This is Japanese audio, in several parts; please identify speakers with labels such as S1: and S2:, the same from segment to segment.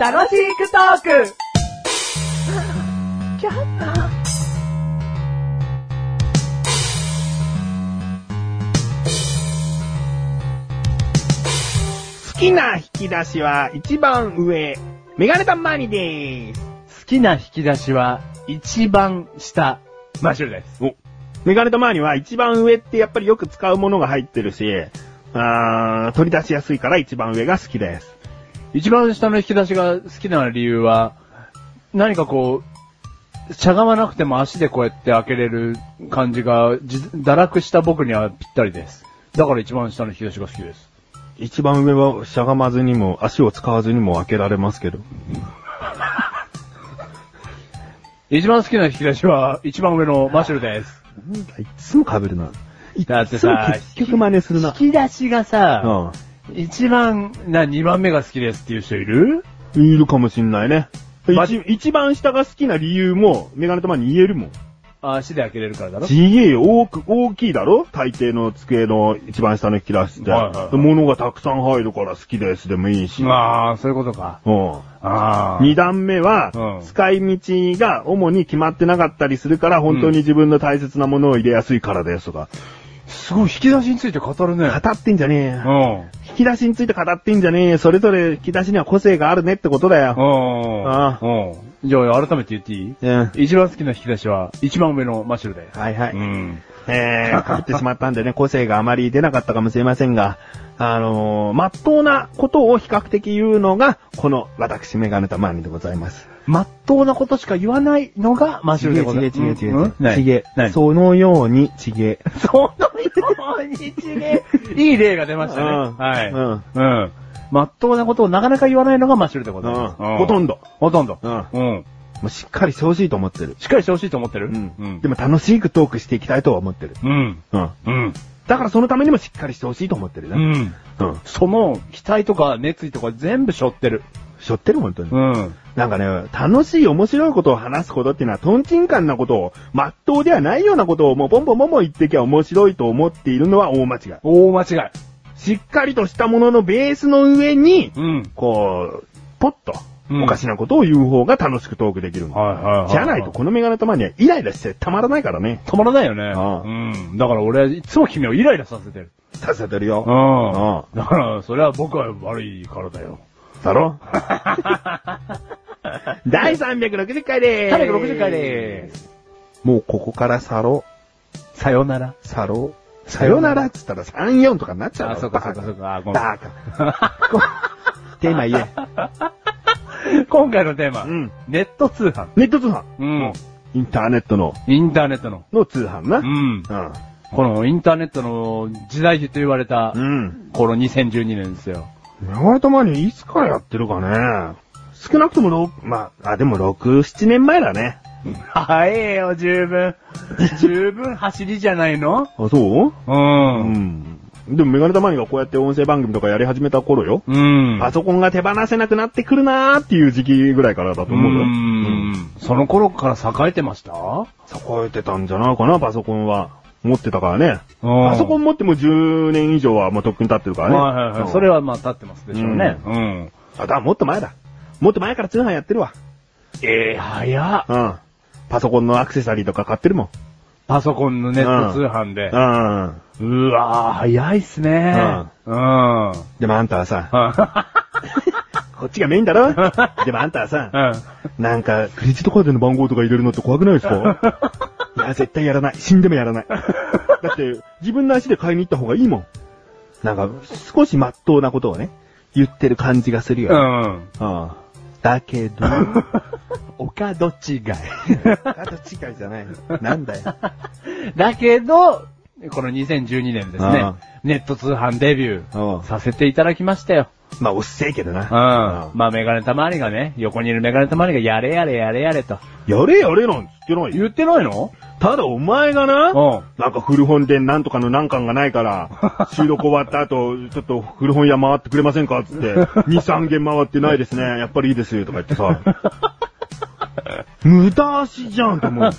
S1: 楽しくトーク
S2: 好きな引き出しは一番上、メガネタマニでーす。
S3: 好きな引き出しは一番下、マッシュルです。
S2: お、メガネタマニは一番上ってやっぱりよく使うものが入ってるし、あー、取り出しやすいから一番上が好きです。
S3: 一番下の引き出しが好きな理由は、何かこう、しゃがまなくても足でこうやって開けれる感じが、じ堕落した僕にはぴったりです。だから一番下の引き出しが好きです。
S2: 一番上はしゃがまずにも足を使わずにも開けられますけど。
S3: 一番好きな引き出しは一番上のマッシュルです。
S2: なんだ、いつも被るな。
S3: だって
S2: それ
S3: さ、
S2: 結局真似するな。
S3: 引き出しがさ、
S2: う
S3: 一番、な、二番目が好きですっていう人いる
S2: ん。いるかもしんないね。
S3: ま
S2: 一一番下が好きな理由も、メガネタマニ言えるもん。
S3: 足で開けれるからだろ
S2: GA 多く、大きいだろ大抵の机の一番下の引き出しって。
S3: はいはいはい
S2: 物がたくさん入るから好きですでもいいし。
S3: ああ、そういうことか。
S2: うん。
S3: ああ。
S2: 二段目は、
S3: うん
S2: 使い道が主に決まってなかったりするから、本当に自分の大切なものを入れやすいからですとか。
S3: すごい、引き出しについて語るね。
S2: 語ってんじゃねえ
S3: う。ん。
S2: 引き出しについて語ってんじゃねえ。それぞれ引き出しには個性があるねってことだよ。
S3: うん。
S2: あ
S3: うん。じゃあ、改めて言っていい
S2: うん。
S3: 一番好きな引き出しは、一番上のマシュルです。
S2: はいはい。
S3: うん。
S2: えー、かぶってしまったんでね、個性があまり出なかったかもしれませんが、あのー、まっとうなことを比較的言うのが、この私メガネタマーニでございます。
S3: まっとうなことしか言わないのがマシュルでございます。うんうんない
S2: ちげ
S3: な。い
S2: そのようにちげ。
S3: そのようにちげえ。いい例が出ましたね。
S2: うん
S3: はい。
S2: う
S3: うんん。うん。まっとうなことをなかなか言わないのがマシュルでございます。
S2: うんほとんど。
S3: ほとんど。
S2: うん
S3: うん。
S2: もうしっかりしてほしいと思ってる。
S3: しっかりしてほしいと思ってる
S2: うん。で
S3: でも、
S2: も楽しくトークしていきたいとは思ってる。
S3: うん。
S2: うん。
S3: うん。
S2: だからそのためにもしっかりしてほしいと思ってる
S3: う
S2: ね。
S3: ん。
S2: うん。
S3: その、期待とか熱意とか全部背負ってる。
S2: しょってる、本当に。
S3: うん。
S2: なんかね、楽しい面白いことを話すことっていうのは、トンチンカンなことを、まっとうではないようなことを、もうポンポンポンポン言ってきゃ面白いと思っているのは大間違い。
S3: 大間違い。
S2: しっかりとしたもののベースの上に、
S3: うん。
S2: こう、ポッと、
S3: うん
S2: おかしなことを言う方が楽しくトークできるの。
S3: はいはいはい。
S2: じゃないと、このメガネたまにはイライラしてたまらないからね。
S3: 止まらないよね。
S2: ああ
S3: うん。だから俺はいつも君をイライラさせてる。
S2: させてるよ。あ
S3: だから、それは僕は悪いからだよ。
S2: だ ろ第360回でーす。
S3: 360回でー
S2: す。もうここからサロ、
S3: さよなら。
S2: サロ、さよならっつったら34とかになっちゃう
S3: あ、
S2: の
S3: そうかそうかそう。か。あごめ
S2: バ カ。こテーマ言え。
S3: ん今回のテーマ、
S2: うん
S3: ネット通販。
S2: ネット通販。
S3: うん。
S2: インターネットの、
S3: インターネットの。
S2: の通販な。
S3: う。
S2: うんん。
S3: このインターネットの時代時と言われた、
S2: うん。
S3: この2012年ですよ。
S2: 長いたまにいつからやってるかね。少なくともろまあ、あ、でも6、7年前だね。
S3: 早えよ、十 分。十分走りじゃないの
S2: あ、そう
S3: う
S2: う
S3: ん。
S2: ん。でもメガネたまにがこうやって音声番組とかやり始めた頃よ。
S3: うん。
S2: パソコンが手放せなくなってくるなーっていう時期ぐらいからだと
S3: う
S2: 思うよ。
S3: ん。その頃から栄えてました
S2: 栄えてたんじゃないかな、パソコンは。持ってたからね。
S3: うん
S2: パソコン持っても10年以上はもうとっくに経ってるからね。
S3: はいはいはい。それはまあ立ってますでしょうね。うん。
S2: あ、だからもっと前だ。もっと前から通販やってるわ。
S3: ええ早っ。
S2: うん。パソコンのアクセサリーとか買ってるもん。
S3: パソコンのネット通販で
S2: う。ん。
S3: うわぁ、早いっすね。うん。うん。
S2: でもあんたはさ、こっちがメインだ ろでもあんたはさ、なんか、クレジットカードの番号とか入れるのって怖くないです かいや、絶対やらない。死んでもやらない。だって、自分の足で買いに行った方がいいもん。なんか、少し真っ当なことをね、言ってる感じがするよ
S3: う
S2: ね。
S3: ん。
S2: うん。だけ ど、
S3: おかど違い。
S2: あと近いじゃないの。なんだよ。
S3: だけど、この2012年ですね
S2: ああ。
S3: ネット通販デビュ
S2: ああ
S3: ーさせていただきましたよ。
S2: まあ、おっせえけどな。
S3: うん。まあメガネたまわりがね、横にいるメガネたまわりがやれやれやれやれと。
S2: やれやれなんつってないよ。
S3: 言ってないの
S2: ただお前がな、
S3: うん。
S2: なんか古本でなんとかの難関がない から、収録終わった後、ちょっと古本屋回ってくれませんかっつって、2、3軒回ってないですね。やっぱりいいですよとか言 ってさ、無駄足じゃんと思う。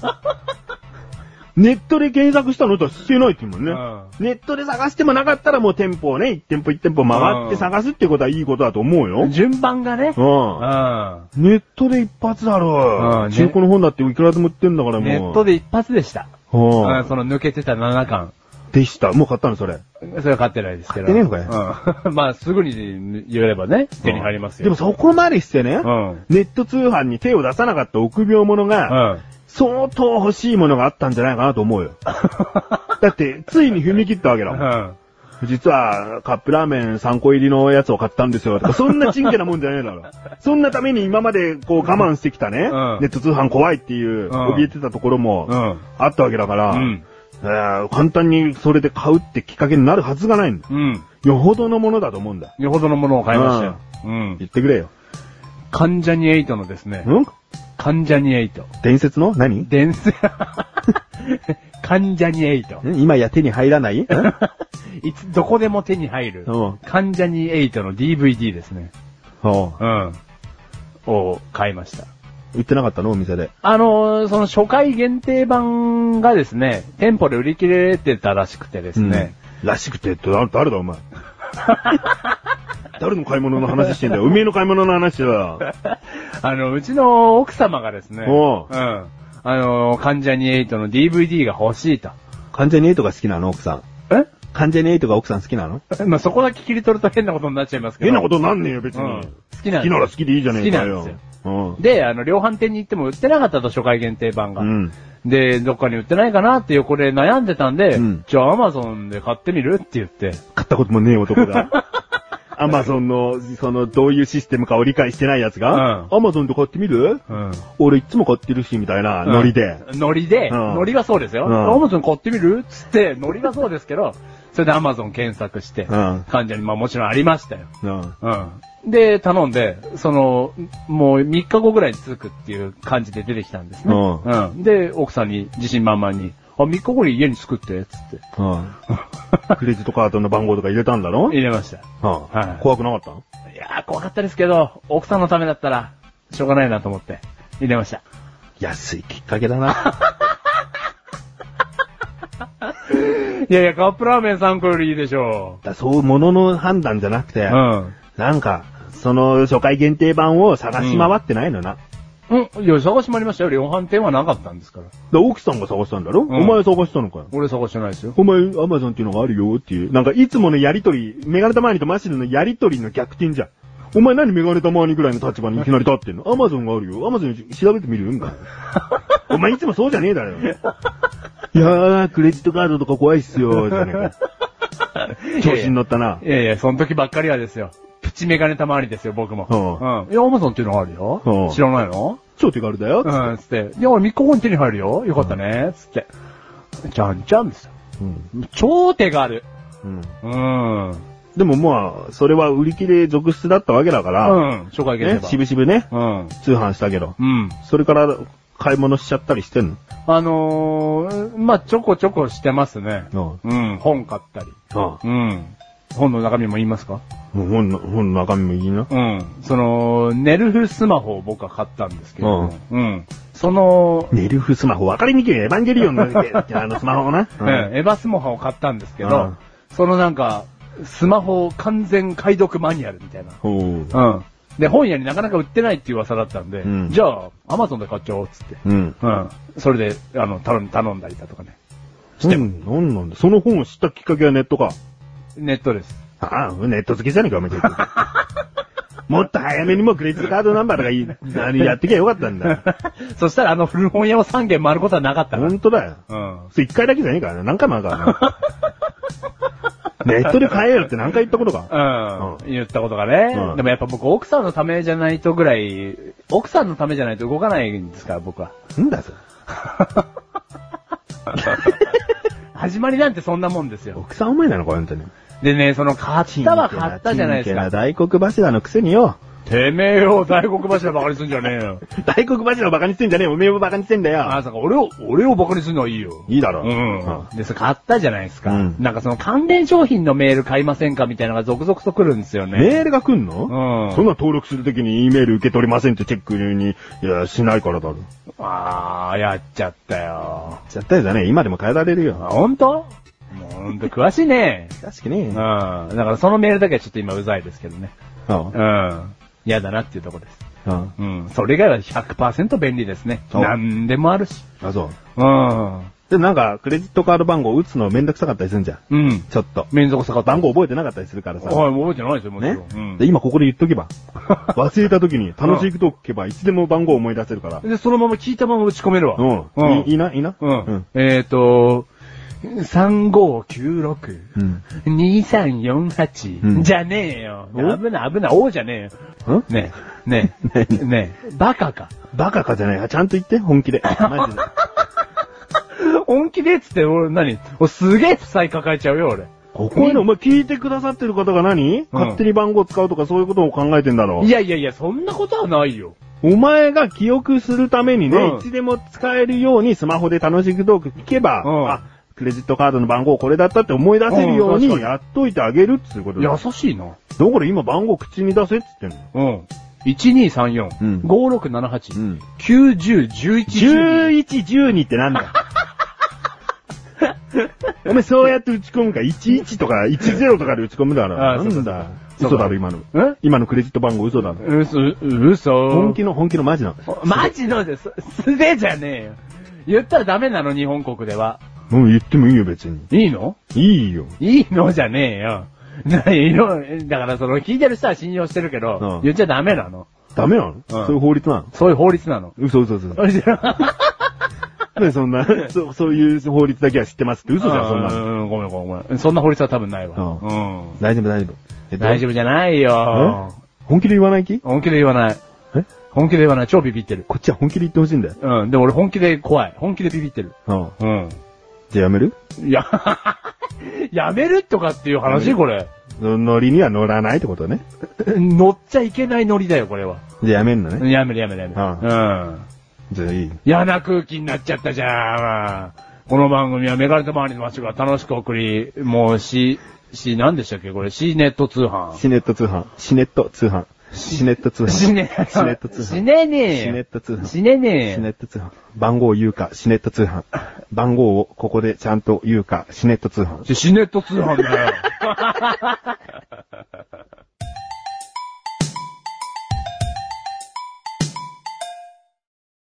S2: ネットで検索したのとはしてないって言うもんね。
S3: う
S2: ネットで探してもなかったらもう店舗をね、一店舗一店舗回って探すってことはいいことだと思うよ。
S3: 順番がね。
S2: うん。
S3: うん。
S2: ネットで一発だろ。
S3: うんね
S2: 中古の本だっていくらでも売ってんだからもう。
S3: ネット
S2: で。
S3: で一発でした。
S2: は
S3: う
S2: あ
S3: ん、その抜けてた7巻。
S2: でした。もう買ったのそれ。
S3: それは買ってないですけど。
S2: 買ってねえの
S3: うん。 まあ、すぐに言えればね、手に入りますよ。
S2: でもそこまでしてね、
S3: うん。
S2: ネット通販に手を出さなかった臆病者が、
S3: うん。
S2: 相当欲しいものがあったんじゃないかなと思う よ。だって、ついに踏み切ったわけだもん。実は、カップラーメン3個入りのやつを買ったんですよ。とか、そんなちんけなもんじゃないだ ろ。そんなために今までこう我慢してきたね、
S3: うん
S2: ネット通販怖いっていう、
S3: ん
S2: 怯えてたところ
S3: う
S2: も、
S3: ん。
S2: あったわけだから、
S3: うん。
S2: えー簡単にそれで買うってきっかけになるはずがないんだ。
S3: うん。
S2: よほどのものだと思うんだ。
S3: よほどのものを買いましたよ。うん。
S2: 言ってくれよ。
S3: 関ジャニエイトのですね、
S2: ん
S3: 関ジャニエイト。
S2: 伝説の何
S3: 伝説、 関ジャニエイト。
S2: ん今や手に入らないん
S3: いつ、どこでも手に入る
S2: うん、
S3: 関ジャニエイトの DVD ですね。
S2: おう
S3: うん。を買いました。
S2: 売ってなかったのお店で。
S3: あのー、その初回限定版がですね、店舗で売り切れてたらしくてですね、
S2: うん。らしくてって誰誰だお前。 誰の買い物の話してんだよ。おめえの買い物の話だよ。
S3: あの、うちの奥様がですね、
S2: おう
S3: うん。あのー、関ジャニエイトの DVD が欲しいと。
S2: 関ジャニエイトが好きなの奥さん。
S3: え
S2: 関ジャニエイトが奥さん好きなの
S3: まあ、そこだけ切り取ると変なことになっちゃいますけど。
S2: 変なことなんねえよ、別に。
S3: うん
S2: 好
S3: 好きなん
S2: き
S3: です
S2: なら好きでいいじゃねえかよ。
S3: 好きなん
S2: うん。
S3: で、あの、量販店に行っても売ってなかったと、初回限定版が。
S2: うん。
S3: で、どっかに売ってないかなって横で悩んでたんで、
S2: うん
S3: じゃあアマゾンで買ってみるって言って。
S2: 買ったこともねえ男が。 アマゾンの、その、どういうシステムかを理解してないやつが、アマゾンで買ってみる
S3: うん。
S2: 俺いつも買ってるし、みたいな、ノリで。
S3: ノリで、
S2: うん
S3: ノリはそうですよ。
S2: うん
S3: アマゾン買ってみるっつって、ノリはそうですけど、それでアマゾン検索して、
S2: うん
S3: 患者に、まあもちろんありましたよ。
S2: うん。
S3: うん。で、頼んで、その、もう3日後ぐらいに着くっていう感じで出てきたんですね。
S2: うん
S3: うんで、奥さんに自信満々に、あ、3日後に家に着くって、つって。
S2: うん。クレジットカードの番号とか入れたんだろ
S3: 入れました。
S2: は
S3: は
S2: い。
S3: い
S2: 怖くなかった
S3: いやー、怖かったですけど、奥さんのためだったら、しょうがないなと思って、入れました。
S2: 安いきっかけだな。
S3: いやいや、カップラーメン3個よりいいでしょ
S2: だそう、ものの判断じゃなくて
S3: う。、ん。
S2: なんか、その初回限定版を探し回ってないのな。
S3: うん、いや、探しもありましたよ。量販店はなかったんですから。
S2: だ奥さんが探したんだろお
S3: ん
S2: 前探したのかよ。
S3: 俺探してないですよ。
S2: お前、アマゾンっていうのがあるよっていう。なんか、いつものやりとり、メガネタマーニとマシルのやりとりの逆転じゃん。お前何メガネタマーニぐらいの立場にいきなり立ってんのアマゾンがあるよ。アマゾン調べてみるみたい な。お前いつもそうじゃねえだろ。 いやー、クレジットカードとか怖いっす よ、じゃねえか。 調子に乗ったな。
S3: いやいや、その時ばっかりはですよ。プチメガネたまわりですよ、僕も。
S2: う
S3: うん。いや、アマゾンっていうのがあるよ。
S2: うん
S3: 知らないの
S2: 超手軽だよ。
S3: うん、つって。いや、俺3日後に手に入るよ。よかったね、つって。じゃんじゃんですよ。
S2: うん。
S3: 超手軽。
S2: うん。
S3: うん。うん。
S2: でもまあ、それは売り切れ続出だったわけだから、
S3: 初回限
S2: ね、し
S3: 定
S2: ぶしぶね、
S3: 版。
S2: 通販したけど。
S3: うん。うん。
S2: それから買い物しちゃったりしてん
S3: あのー、まあ、ちょこちょこしてますね。
S2: の
S3: うん、本買ったり。
S2: ああ。
S3: うん。本の中身も言いますか
S2: もう本の、本の中身もいいな。
S3: うん。その、ネルフスマホを僕は買ったんですけれども、うん。その、
S2: ネルフスマホ、わかりにくいよエヴァンゲリオンの、 あのスマホな。
S3: うんエヴァスマホを買ったんですけど、
S2: うん
S3: そのなんか、スマホ完全解読マニュアルみたいな。
S2: ほう。
S3: うん。で、本屋になかなか売ってないっていう噂だったんで、
S2: うん
S3: じゃあ、アマゾンで買っちゃおうっつって。
S2: うん。
S3: うん。それで、あの、頼ん頼んだりだとかね。
S2: しても、なんなんだ。その本を知ったきっかけはネットか。
S3: ネットです。
S2: ああ、ネット好きじゃねえか、お前。 もっと早めにもうクレジットカードナンバーとかいい、あのやってきゃよかったん だ。
S3: そしたらあの古本屋を3軒回ることはなかったか
S2: 本当だよ。
S3: ら。うん。
S2: それ一回だけじゃねえからな。何回もある からな。ネットで買えよって何回言ったことか。
S3: うん
S2: うん。
S3: 言ったことがね、
S2: うん
S3: でもやっぱ僕、奥さんのためじゃないとぐらい、奥さんのためじゃないと動かないんですから、僕は。
S2: なんだそれ。
S3: 始まりなんてそんなもんですよ。
S2: 奥さんお前なのか、本当に。
S3: でね、その、買ったは買ったじゃないです
S2: ちんけな
S3: か。
S2: 大黒柱のくせによ。
S3: てめえを大黒柱ばかにすんじゃねえよ。
S2: 大黒柱をバカにしてんじゃねえよ。おめえをバカにしてんだよ。
S3: まさか俺を、俺をバカにするのはいいよ。
S2: いいだろ。
S3: うん。で、それ買ったじゃないですか。
S2: うん
S3: なんかその関連商品のメール買いませんかみたいなのが続々と来るんですよね。
S2: メールが来んの
S3: うん
S2: そんな登録するときに E メール受け取りませんってチェックに、いや、しないからだろ。
S3: あー、やっちゃったよ。
S2: 絶対じゃねえ。今でも変えられる
S3: あ
S2: よ。
S3: ほんともうほんと詳しいね。
S2: 確か
S3: うん。
S2: に
S3: だからそのメールだけはちょっと今うざいですけどね。
S2: あ
S3: うん。嫌だなっていうとこです。
S2: あ。
S3: うん。それ以外は100%便利ですね。
S2: そう
S3: なんでもあるし。
S2: あ、そう。
S3: うん。
S2: で、なんか、クレジットカード番号打つのめんどくさかったりするんじゃん。
S3: うん。
S2: ちょっと。
S3: 面倒くさかった。
S2: 番号覚えてなかったりするからさ。
S3: はい、覚えてないですよ、もち
S2: ね
S3: ろん。うん。
S2: で、今ここで言っとけ ば。忘れた時に楽しくとけば、いつでも番号を思い出せるから。
S3: で、そのまま聞いたまま打ち込めるわ。
S2: うん。
S3: うん。
S2: いいいな、いいな。
S3: うん。えっ、と、3596、
S2: うん
S3: 2348、
S2: うん
S3: じゃねえよ。
S2: お
S3: 危ない危ない、おうじゃねえよ。
S2: ん
S3: ねえ、ね え、ねえ、バカか。
S2: バカかじゃない。ちゃんと言って、本気 で。マジで。
S3: 本気でっつって、俺何俺すげえ負債抱えちゃうよ、俺。
S2: ここへの、お前聞いてくださってる方が何、勝手に番号使うとかそういうことを考えてんだろ
S3: いやいやいや、そんなことはないよ。
S2: お前が記憶するためにね、
S3: うん
S2: いつでも使えるようにスマホで楽しくトーク聞けば、
S3: うん
S2: あ、クレジットカードの番号これだったって思い出せるよう
S3: うん
S2: に
S3: 確か
S2: やっといてあげるっていうことだよ。
S3: 優しいな。
S2: だから今番号口に出せって言ってんの。
S3: うん。1234、
S2: うん
S3: 5678、
S2: うん
S3: 90、11、12。
S2: 11、12ってなんだよお前そうやって打ち込むか、11とか10とかで打ち込むだろ。
S3: ああ
S2: なんだ。嘘だろ、今の。
S3: え
S2: 今のクレジット番号嘘だろ。
S3: 嘘、嘘。
S2: 本気の、本気のマジの。
S3: マジのです。素手じゃねえよ。言ったらダメなの、日本国では。
S2: うん、言ってもいいよ、別に。
S3: いいの
S2: いいよ。
S3: いいのじゃねえよ。ないの、だからその聞いてる人は信用してるけど、
S2: うん
S3: 言っちゃダメなの。
S2: ダメなの、そういう法律なの
S3: そういう法律なの。
S2: 嘘嘘嘘嘘。ね そんな、そそういう法律だけは知ってますって嘘じゃん、そんなの。
S3: うん、ごめんごめんごめん。そんな法律は多分ないわ。
S2: う
S3: うん。
S2: 大丈夫、大丈夫。え
S3: 大丈夫じゃないよ。
S2: 本気で言わない気
S3: 本気で言わない。
S2: え
S3: 本気で言わない。超ビビってる。
S2: こっちは本気で言ってほしいんだよ。
S3: うん。でも俺本気で怖い。本気でビビってる。
S2: うん。
S3: うん。
S2: じゃあやめる
S3: いや、 やめるとかっていう話これ。
S2: 乗りには乗らないってことね。
S3: 乗っちゃいけないノリだよ、これは。
S2: じゃあやめんのね。
S3: やめるやめるやめる。うん。
S2: じゃあいい。
S3: 嫌な空気になっちゃったじゃん。この番組はメガネと周りの街が楽しく送り、もうし、し、何でしたっけこれ、シーネット通販。
S2: シネット通販。シネット通販。シネット通販。
S3: しねえ。
S2: シネット通販。
S3: しねえねえ。
S2: シネット通販
S3: しねえねえ。
S2: シネット通販。番号を言うか、シネット通販。番号をここでちゃんと言うか、シネット通販。
S3: ししねっと通販だよ。